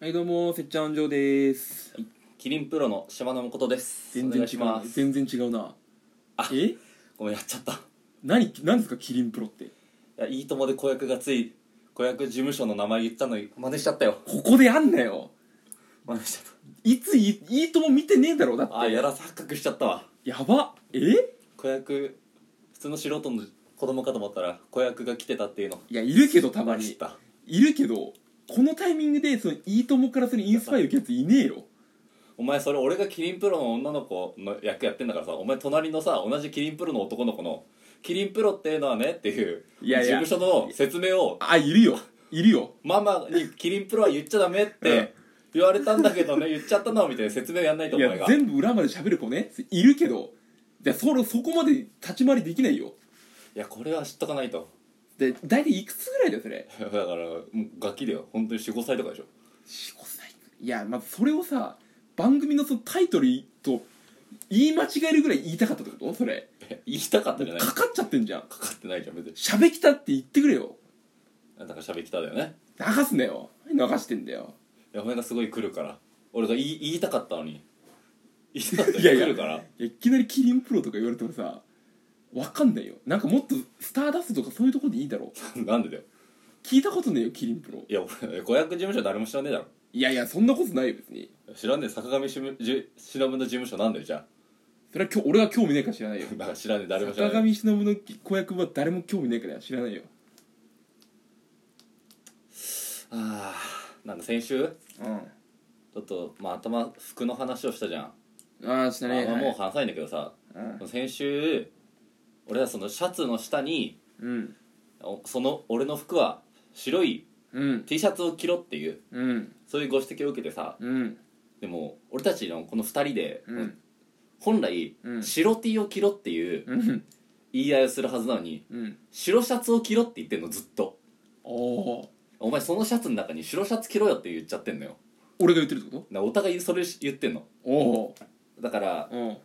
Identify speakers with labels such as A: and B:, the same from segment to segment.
A: はいどうもせっちゃん上です
B: キリンプロの島野ことです
A: 全然
B: お願い
A: 違
B: し
A: う
B: ま
A: な
B: す
A: 全然違うな
B: あ
A: え
B: ごめんやっちゃったい
A: 何何ですかキリンプロって
B: やいいともで子役がつい子役事務所の名前言ったのに真似しちゃったよ
A: ここでやんなよ
B: 真似しちゃっ
A: いついいいいとも見てねえだろだって
B: たあやら錯覚しちゃったわ
A: やばえ
B: 子役普通の素人の子供かと思ったら子役が来てたっていうの
A: いやいるけどた
B: た
A: ま
B: 知っ
A: に
B: た
A: いるけどこのタイミングでそのいいともからするインスパイア受けるやついねえよ
B: お前それ俺がキリンプロの女の子の役やってんだからさお前隣のさ同じキリンプロの男の子のキリンプロっていうのはねっていう
A: いやいや
B: 事務所の説明を
A: あいるよいるよ
B: ママに「キリンプロは言っちゃダメ」って言われたんだけどね言っちゃったのみたいな説明やんないと
A: い
B: 思うが
A: や全部裏まで喋る子ねいるけどじゃそれそこまで立ち回りできないよ
B: いやこれは知っとかないと
A: で大体いくつぐらいだよそれ
B: だからもうガキだよ本当に45歳とかでしょ
A: 45歳いやまずそれをさ番組のそのタイトルと言い間違えるぐらい言いたかったってことそれ
B: え言いたかったじゃない
A: かかっちゃってんじゃん
B: かかってないじゃん別に
A: しゃべきたって言ってくれよ
B: だから喋りきただよね
A: 流すなよ何流してんだよ
B: いやお前がすごい来るから俺が言い言いたかったのに言いたかったのに
A: いやいや
B: 来るから
A: いやいきなりキリンプロとか言われてもさわかんないよなんかもっとスターダストとかそういうとこでいいだろ
B: なんでだよ
A: 聞いたことねえよキリンプロ
B: いや俺子役事務所誰も知らねえだろ
A: いやいやそんなことないよ別に
B: 知らねえ坂上しむじゅ忍の事務所なんだよじゃ
A: それは今日俺が興味ないから知らないよ
B: あだから知らねえ誰も知ら
A: 坂
B: ねえ
A: 上忍の子役は誰も興味ないから知らないよ
B: ああなんだ先週
A: う
B: ちょっと、まあ、頭服の話をしたじゃん、
A: んああしたね
B: まあ、
A: はい
B: もう話さないんだけどさ、
A: うん
B: 先週俺はそのシャツの下に
A: うん
B: おその俺の服は白い
A: うん
B: T シャツを着ろっていう
A: うん
B: そういうご指摘を受けてさ
A: うん
B: でも俺たちのこの2人で、
A: うん
B: 本来、
A: うん
B: 白 T を着ろっていう
A: うん
B: 言い合いをするはずなのに
A: うん
B: 白シャツを着ろって言ってんのずっと
A: おお
B: お前そのシャツの中に白シャツ着ろよって言っちゃってんのよだか
A: 俺が言ってるってこ
B: らお互いそれ言ってんの
A: とお
B: だから
A: おうん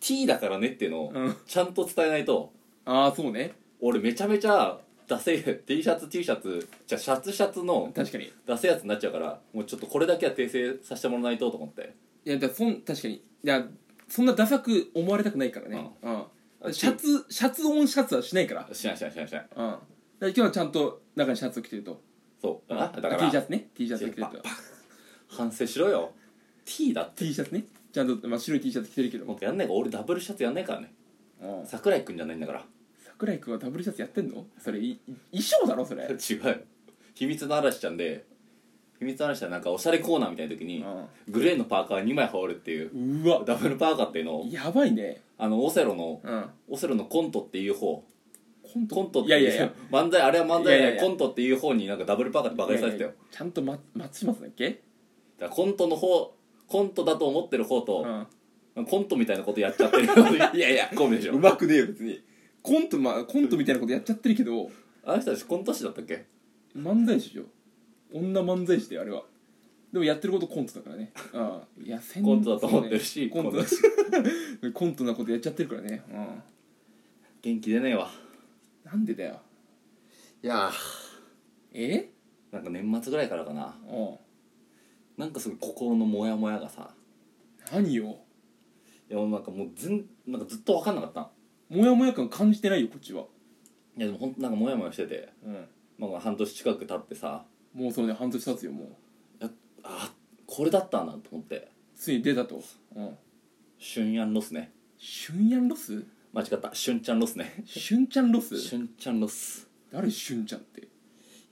B: T だからねっていうのを
A: うん
B: ちゃんと伝えないと、
A: ああそうね
B: 俺めちゃめちゃダセい T シャツ T シャツじゃあシャツシャツの
A: 確かにい
B: ダセいやつになっちゃうからもうちょっとこれだけは訂正させてもらわないとと思って
A: やだそん確かにいやそんなダサく思われたくないからねうんシャツシャツオンシャツはしないから
B: しないしないしないしない
A: うんだから今日はちゃんと中にシャツを着てると
B: そうあだか
A: あ T
B: ら
A: シャツね T シャツを着てると
B: パ反省しろよ T だって
A: T シャツねちゃんと、まあ、白い T シャツ着てるけど
B: も
A: も
B: うやんないから俺ダブルシャツやんないからね
A: うん
B: 桜井くんじゃないんだから
A: 桜井君はダブルシャツやってんのそれいい衣装だろそれ
B: 違うよ秘密の嵐ちゃんで秘密の嵐ちゃんなんかおしゃれコーナーみたいな時にグレーのパーカー2枚羽織るっていう
A: うんうわ
B: ダブルパーカーっていうのを
A: やばいね
B: あのオセロの
A: うん
B: オセロのコントっていう方
A: コント
B: コントって
A: いやい
B: いう
A: やいや
B: 漫才あれは
A: い
B: 漫才で
A: やいやいや
B: コントっていう方になんかダブルパーカーでバカにされてたよ
A: いやいやちゃんと、ま、松島さんだっけ
B: だからコントの方コントだと思ってる方
A: う
B: と、
A: ん
B: コントみたいなことやっちゃってる いやいやコンビでしょ
A: うまくねえよ別にコントまあコントみたいなことやっちゃってるけど
B: あの人たちコント師だったっけ
A: 漫才師でしょ女漫才師だよあれはでもやってることコントだから ねうんいや先
B: コントだと思ってるし
A: コント
B: コン
A: だ
B: ト
A: し コントなことやっちゃってるからねうん
B: 元気出ねえわ
A: なんでだよ
B: いや
A: え
B: なんか年末ぐらいからかな
A: うん
B: なんかすごい心のモヤモヤがさ
A: 何よ
B: いやもうなんかもうずんなんかずっと分かんなかったの
A: モヤモヤ感感じてないよこっちはい
B: やでもほんとなんかモヤモヤしてて、
A: うん
B: まあ、半年近く経ってさ
A: もうそれね半年経つよもう
B: やあこれだったんだと思って
A: ついに出たとうん
B: 瞬やんロスね
A: 瞬やんロス
B: 間違った瞬ちゃんロスね
A: 瞬ちゃんロス
B: 瞬ちゃんロス
A: 誰瞬ちゃんって
B: い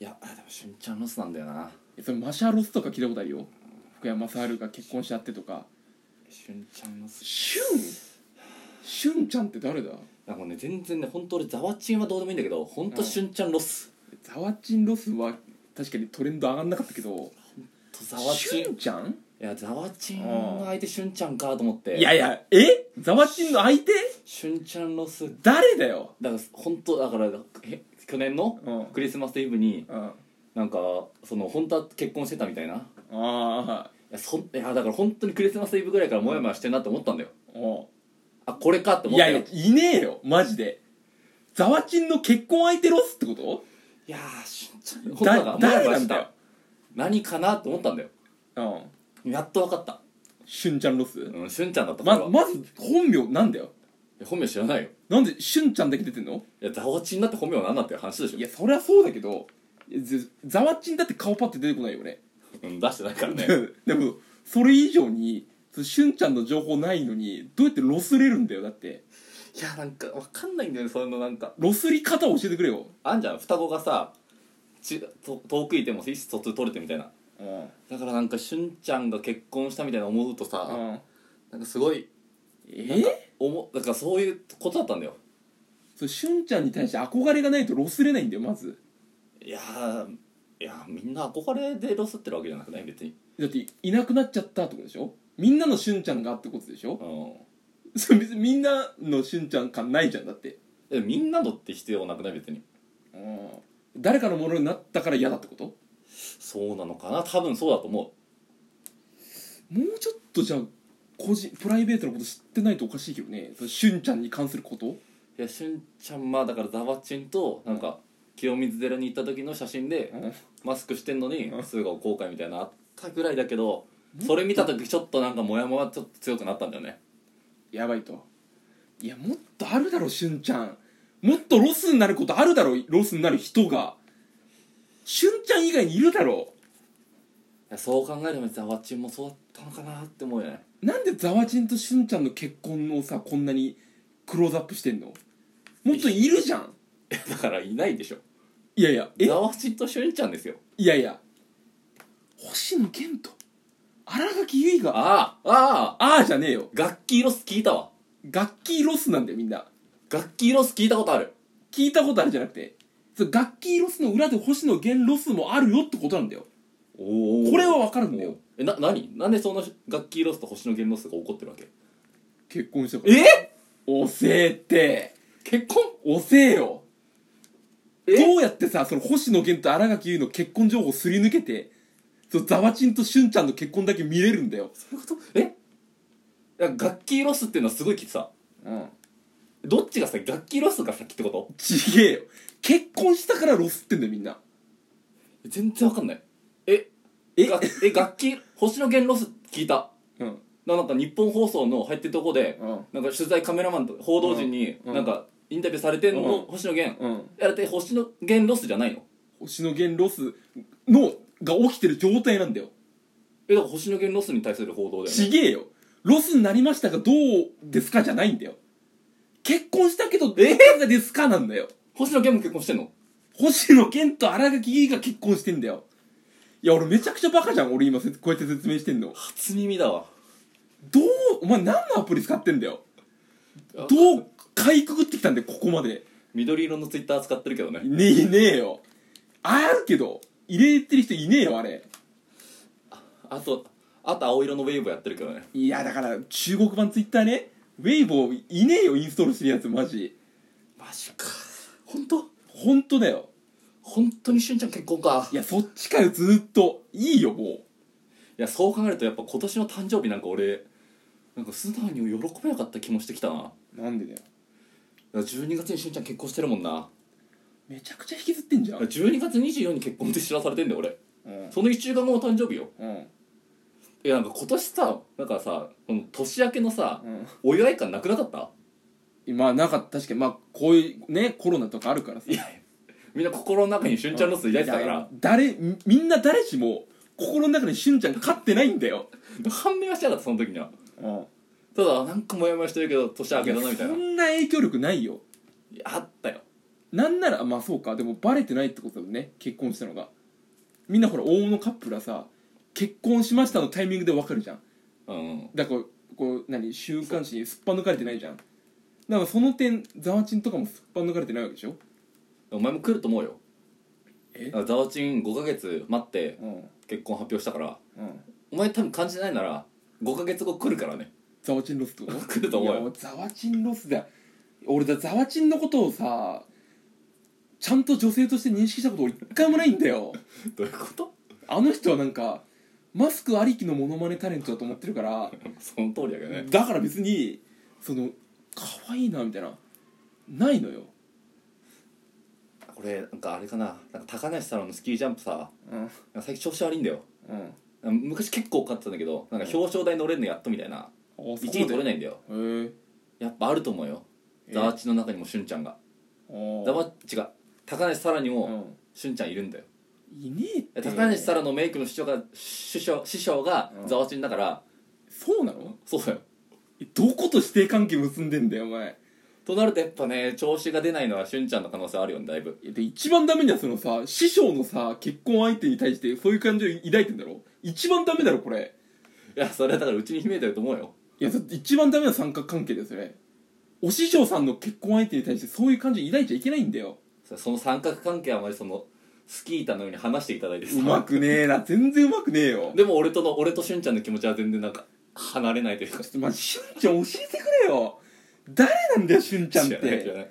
B: やあでも瞬ちゃんロスなんだよな
A: えそれマシャロスとか聞いたことあるよ福山雅治が結婚しちゃってとか
B: 瞬ちゃんロス
A: シュンシュンちゃんって誰だ
B: なんかね全然ね本当俺ザワチンはどうでもいいんだけど本当瞬ちゃんロス、
A: ザワチンロスは確かにトレンド上がんなかったけど
B: とザワチン
A: シュンちゃん
B: いやザワチンの相手瞬ちゃんかと思って
A: いやいやえザワチンの相手
B: 瞬ちゃんロス
A: 誰だよ
B: だから本当だからえ去年の
A: うん
B: クリスマスイブに
A: うんあ
B: なんかその本当は結婚してたみたいない
A: あ
B: やそんいやだから本当にクリスマスイブぐらいからモヤモヤしてんなって思ったんだよ
A: お
B: あこれかっ
A: う
B: て思
A: い
B: った
A: や
B: よ
A: いやいねえよマジでザワチンの結婚相手ロスってこと
B: いやー瞬ちゃん
A: だ
B: モヤ
A: 誰
B: モヤ
A: な
B: し
A: んだ
B: た
A: よ
B: 何かなって思ったんだよ
A: うん
B: やっと分かった
A: しゅんちゃんロス、
B: うんしゅんちゃんだったから
A: ままず本名なんだよ
B: 本名知らないよ
A: なんでしゅんちゃんだけ出てんの
B: いやザワチンだって本名なんだっていう話でしょ
A: いやそりゃそうだけどぜざわっちんだって顔パッて出てこないよね
B: うん、出してないからね
A: でもそれ以上にしゅんちゃんの情報ないのにどうやってロスれるんだよだって
B: いやなんか分かんないんだよねそういうのなんか
A: ロスり方を教えてくれよ
B: あんじゃん双子がさちと遠くいても意思疎通取れてみたいな
A: うん
B: だからなんかしゅんちゃんが結婚したみたいな思うとさ、なんかすごいなんか
A: え
B: おもなんかそういうことだったんだよ
A: そうしゅんちゃんに対して憧れがないとロスれないんだよまず
B: いやーいやーみんな憧れでロスってるわけじゃなくない別に
A: だっていなくなっちゃったってことでしょみんなのしゅんちゃんがってことでしょ
B: うん
A: そう別にみんなのしゅんちゃん感ないじゃんだって
B: でもみんなのって必要なくない別に
A: 誰かのものになったから嫌だってこと
B: そうなのかな多分そうだと思
A: もうちょっとじゃあ個人プライベートのこと知ってないとおかしいけどねそのしゅんちゃんに関すること
B: ういやしゅんちゃんまあだからざわちんとなんか清水寺に行った時の写真でマスクしてんのに
A: うん
B: 素顔後悔みたいなのあったぐらいだけどそれ見た時ちょっとなんかモヤモヤちょっと強くなったんだよね
A: やばいといやもっとあるだろしゅんちゃんもっとロスになることあるだろロスになる人がしゅんちゃん以外にいるだろ
B: いやそう考えるとざわちんもそうだったのかなって思うよね
A: なんでざわちんとしゅんちゃんの結婚をさこんなにクローズアップしてんのもっといるじゃん
B: いやだからいないでしょ
A: いやいやえ
B: ざわちんとしゅんちゃんですよ
A: いやいや星野源と新垣結衣が
B: ああああ
A: ああじゃねえよ
B: 楽器ロス聞いたわ
A: 楽器ロスなんだよみんな
B: 楽器ロス聞いたことある
A: 聞いたことあるじゃなくてその楽器ロスの裏で星野源ロスもあるよってことなんだよ
B: お
A: これは分かるんだよ
B: えな何なんでその楽器ロスと星野源ロスが怒ってるわけ
A: 結婚したから
B: え
A: 遅えって
B: 結婚
A: 遅えよ
B: え
A: どうやってさその星野源と新垣結衣の結婚情報をすり抜けてそのざわちんとしゅんちゃんの結婚だけ見れるんだよ
B: そういうことえいや楽器ロスっていうのはすごいきさ
A: うん
B: どっちが先楽器ロスが先ってこと
A: ちげえよ結婚したからロスってんだよみんな
B: 全然わかんないえ
A: え
B: がえ楽器星野源ロス聞いた
A: うん
B: ななんか日本放送の入ってるとこで、
A: うん
B: なんか取材カメラマンと報道陣に
A: うん
B: なんかインタビューされてんの、
A: うん
B: 星野源、
A: うん
B: やだって星野源ロスじゃないの
A: 星野源ロスのが起きてる状態なんだよ
B: えだから星野源ロスに対する報道だよね
A: ちげえよロスになりましたがどうですかじゃないんだよ結婚したけどどうがですかなんだよ
B: 星野源も結婚してんの
A: 星野源と新垣結衣が結婚してんだよいや俺めちゃくちゃバカじゃん俺今せこうやって説明してんの
B: 初耳だわ
A: どうお前何のアプリ使ってんだよ
B: あ
A: どうかいくぐってきたんだよここまで
B: 緑色のツイッター使ってるけどね
A: ねえねえよあるけど入れてる人いねえよあれ
B: あとあと青色のウェーブやってるけどね
A: いやだから中国版ツイッターねウェイボーいねえよインストールしてるやつマジ
B: マジか本当
A: 本当だよ
B: 本当にしゅんちゃん結婚か
A: いやそっちかよずーっといいよもう
B: いやそう考えるとやっぱ今年の誕生日なんか俺なんか素直に喜べなかった気もしてきたなだか
A: なんでだよ
B: ら12月にしゅんちゃん結婚してるもんな
A: めちゃくちゃ引きずってんじゃ
B: だ
A: ん
B: から12月24に結婚って知らされてんだよ俺
A: うん
B: その1週間後の誕生日よ
A: うん
B: いやなんか今年さなんかさこの年明けのさ
A: うん
B: お祝い感なくなかった
A: 今なんか確かにまあこういうねコロナとかあるからさ
B: いやみんな心の中にしゅんちゃんロス抱いてたか
A: い
B: ら
A: や誰みみんな誰しも心の中でしゅんちゃん勝ってないんだよ
B: 判明はしてなかったその時には
A: うん
B: ただなんかモヤモヤしてるけど年明けだなみたい
A: そ
B: ない
A: んな影響力ないよ
B: やあったよ
A: なんならまあそうかでもバレてないってことだよね結婚したのがみんなほら大物カップルはさ結婚しましたのタイミングでわかるじゃん
B: うん
A: だからこうこう何週刊誌にすっぱ抜かれてないじゃんだからその点ザワチンとかもすっぱ抜かれてないわけでしょ
B: お前も来ると思うよ
A: え
B: だからざわちん5ヶ月待って
A: うん
B: 結婚発表したから
A: うん
B: お前多分感じないなら5ヶ月後来るからね
A: ザワチンロスってこと
B: 来ると思うよ
A: いやザワチンロスだよ俺だザワチンのことをさちゃんと女性として認識したこと俺一回もないんだよ
B: どういうこと
A: あの人はなんかマスクありきのモノマネタレントだと思ってるから
B: その通りだけどね
A: だから別にその可愛いなみたいなないのよ
B: これなんかあれかななんか高梨沙羅のスキージャンプさ
A: うん
B: なんか最近調子悪いんだよ
A: うん
B: 昔結構買ってたんだけどなんか表彰台乗れんのやっとみたいな1位取れないんだよ
A: へえ
B: やっぱあると思うよ
A: え
B: ダーチの中にもしゅんちゃんがダ
A: っ
B: バ違う高梨沙羅に
A: う
B: も
A: ん
B: しゅんちゃんいるんだよ
A: いねえって
B: 高梨沙羅のメイクの師匠が師匠師匠が
A: うん
B: ザワチンだから、
A: そうなの
B: そうだよ
A: えどこと指定関係結んでんだよお前
B: となるとやっぱね調子が出ないのはしゅんちゃんの可能性あるよねだいぶ
A: えで一番ダメなそのさ師匠のさ結婚相手に対してそういう感情抱いてんだろ一番ダメだろこれ
B: いやそれはだからうちに秘めてると思うよ
A: いやだって一番ダメな三角関係だよそれお師匠さんの結婚相手に対してそういう感情抱いちゃいけないんだよ
B: そその三角関係はあまりそのスキー板のように話していただいてさ
A: うまくねえな全然うまくねえよ
B: でも俺との俺としゅんちゃんの気持ちは全然なんか離れないというか
A: ちょっとまじしゅんちゃん教えてくれよ誰なんだよしゅんちゃんっ
B: 知らない知ら
A: て
B: ない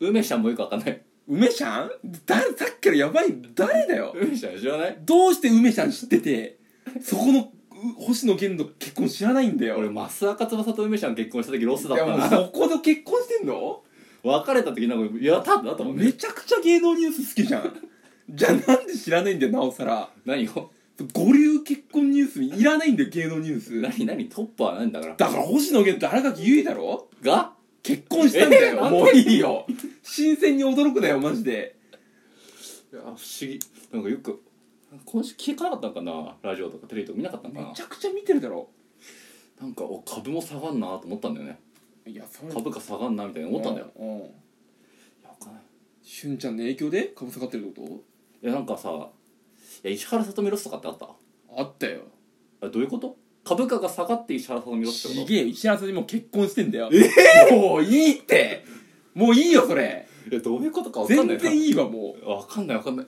B: 梅ちゃんもよくわかんない
A: 梅ちゃん誰さっきからやばい誰だよ
B: 梅ちゃん知らない
A: どうして梅ちゃん知っててそこのう星野源の結婚知らないんだよ
B: 俺増赤翼と梅ちゃん結婚した時ロスだ
A: い
B: っ
A: や
B: た
A: もう
B: な
A: そこで結婚してんの
B: 別れた時なんかやったんだと思う
A: めちゃくちゃ芸能ニュース好きじゃん じゃあなんで知らないんだよなおさら
B: 何を
A: 五流結婚ニュースいらないんだよ芸能ニュースだ
B: 何何トップは何だから
A: から星野源と新垣結衣だろ
B: が
A: 結婚したんだ
B: え
A: よ、
B: なんで
A: もういいよ新鮮に驚くなよマジで
B: いや不思議なんかよく今週聞かなかったのかなラジオとかテレビとか見なかったのか
A: め
B: な
A: ちゃくちゃ見てるだろ
B: なんかお株も下がんなと思ったんだよね
A: いやそれ
B: 株価下がんなみたいな思ったんだよ
A: うんうん
B: いやわかんない
A: しゅんちゃんの影響で株下がってるってこ
B: いやなんかさいや石原さとみロスとかってあった
A: とあったよ
B: あどういうこと株価が下がって石原さとみロスって
A: ち
B: こと
A: げえよ石原さんにもう結婚してんだよええもういいってもういいよそれ
B: いやどういうことかわかんな
A: 全
B: い
A: 然いいわも
B: わかんないわかんない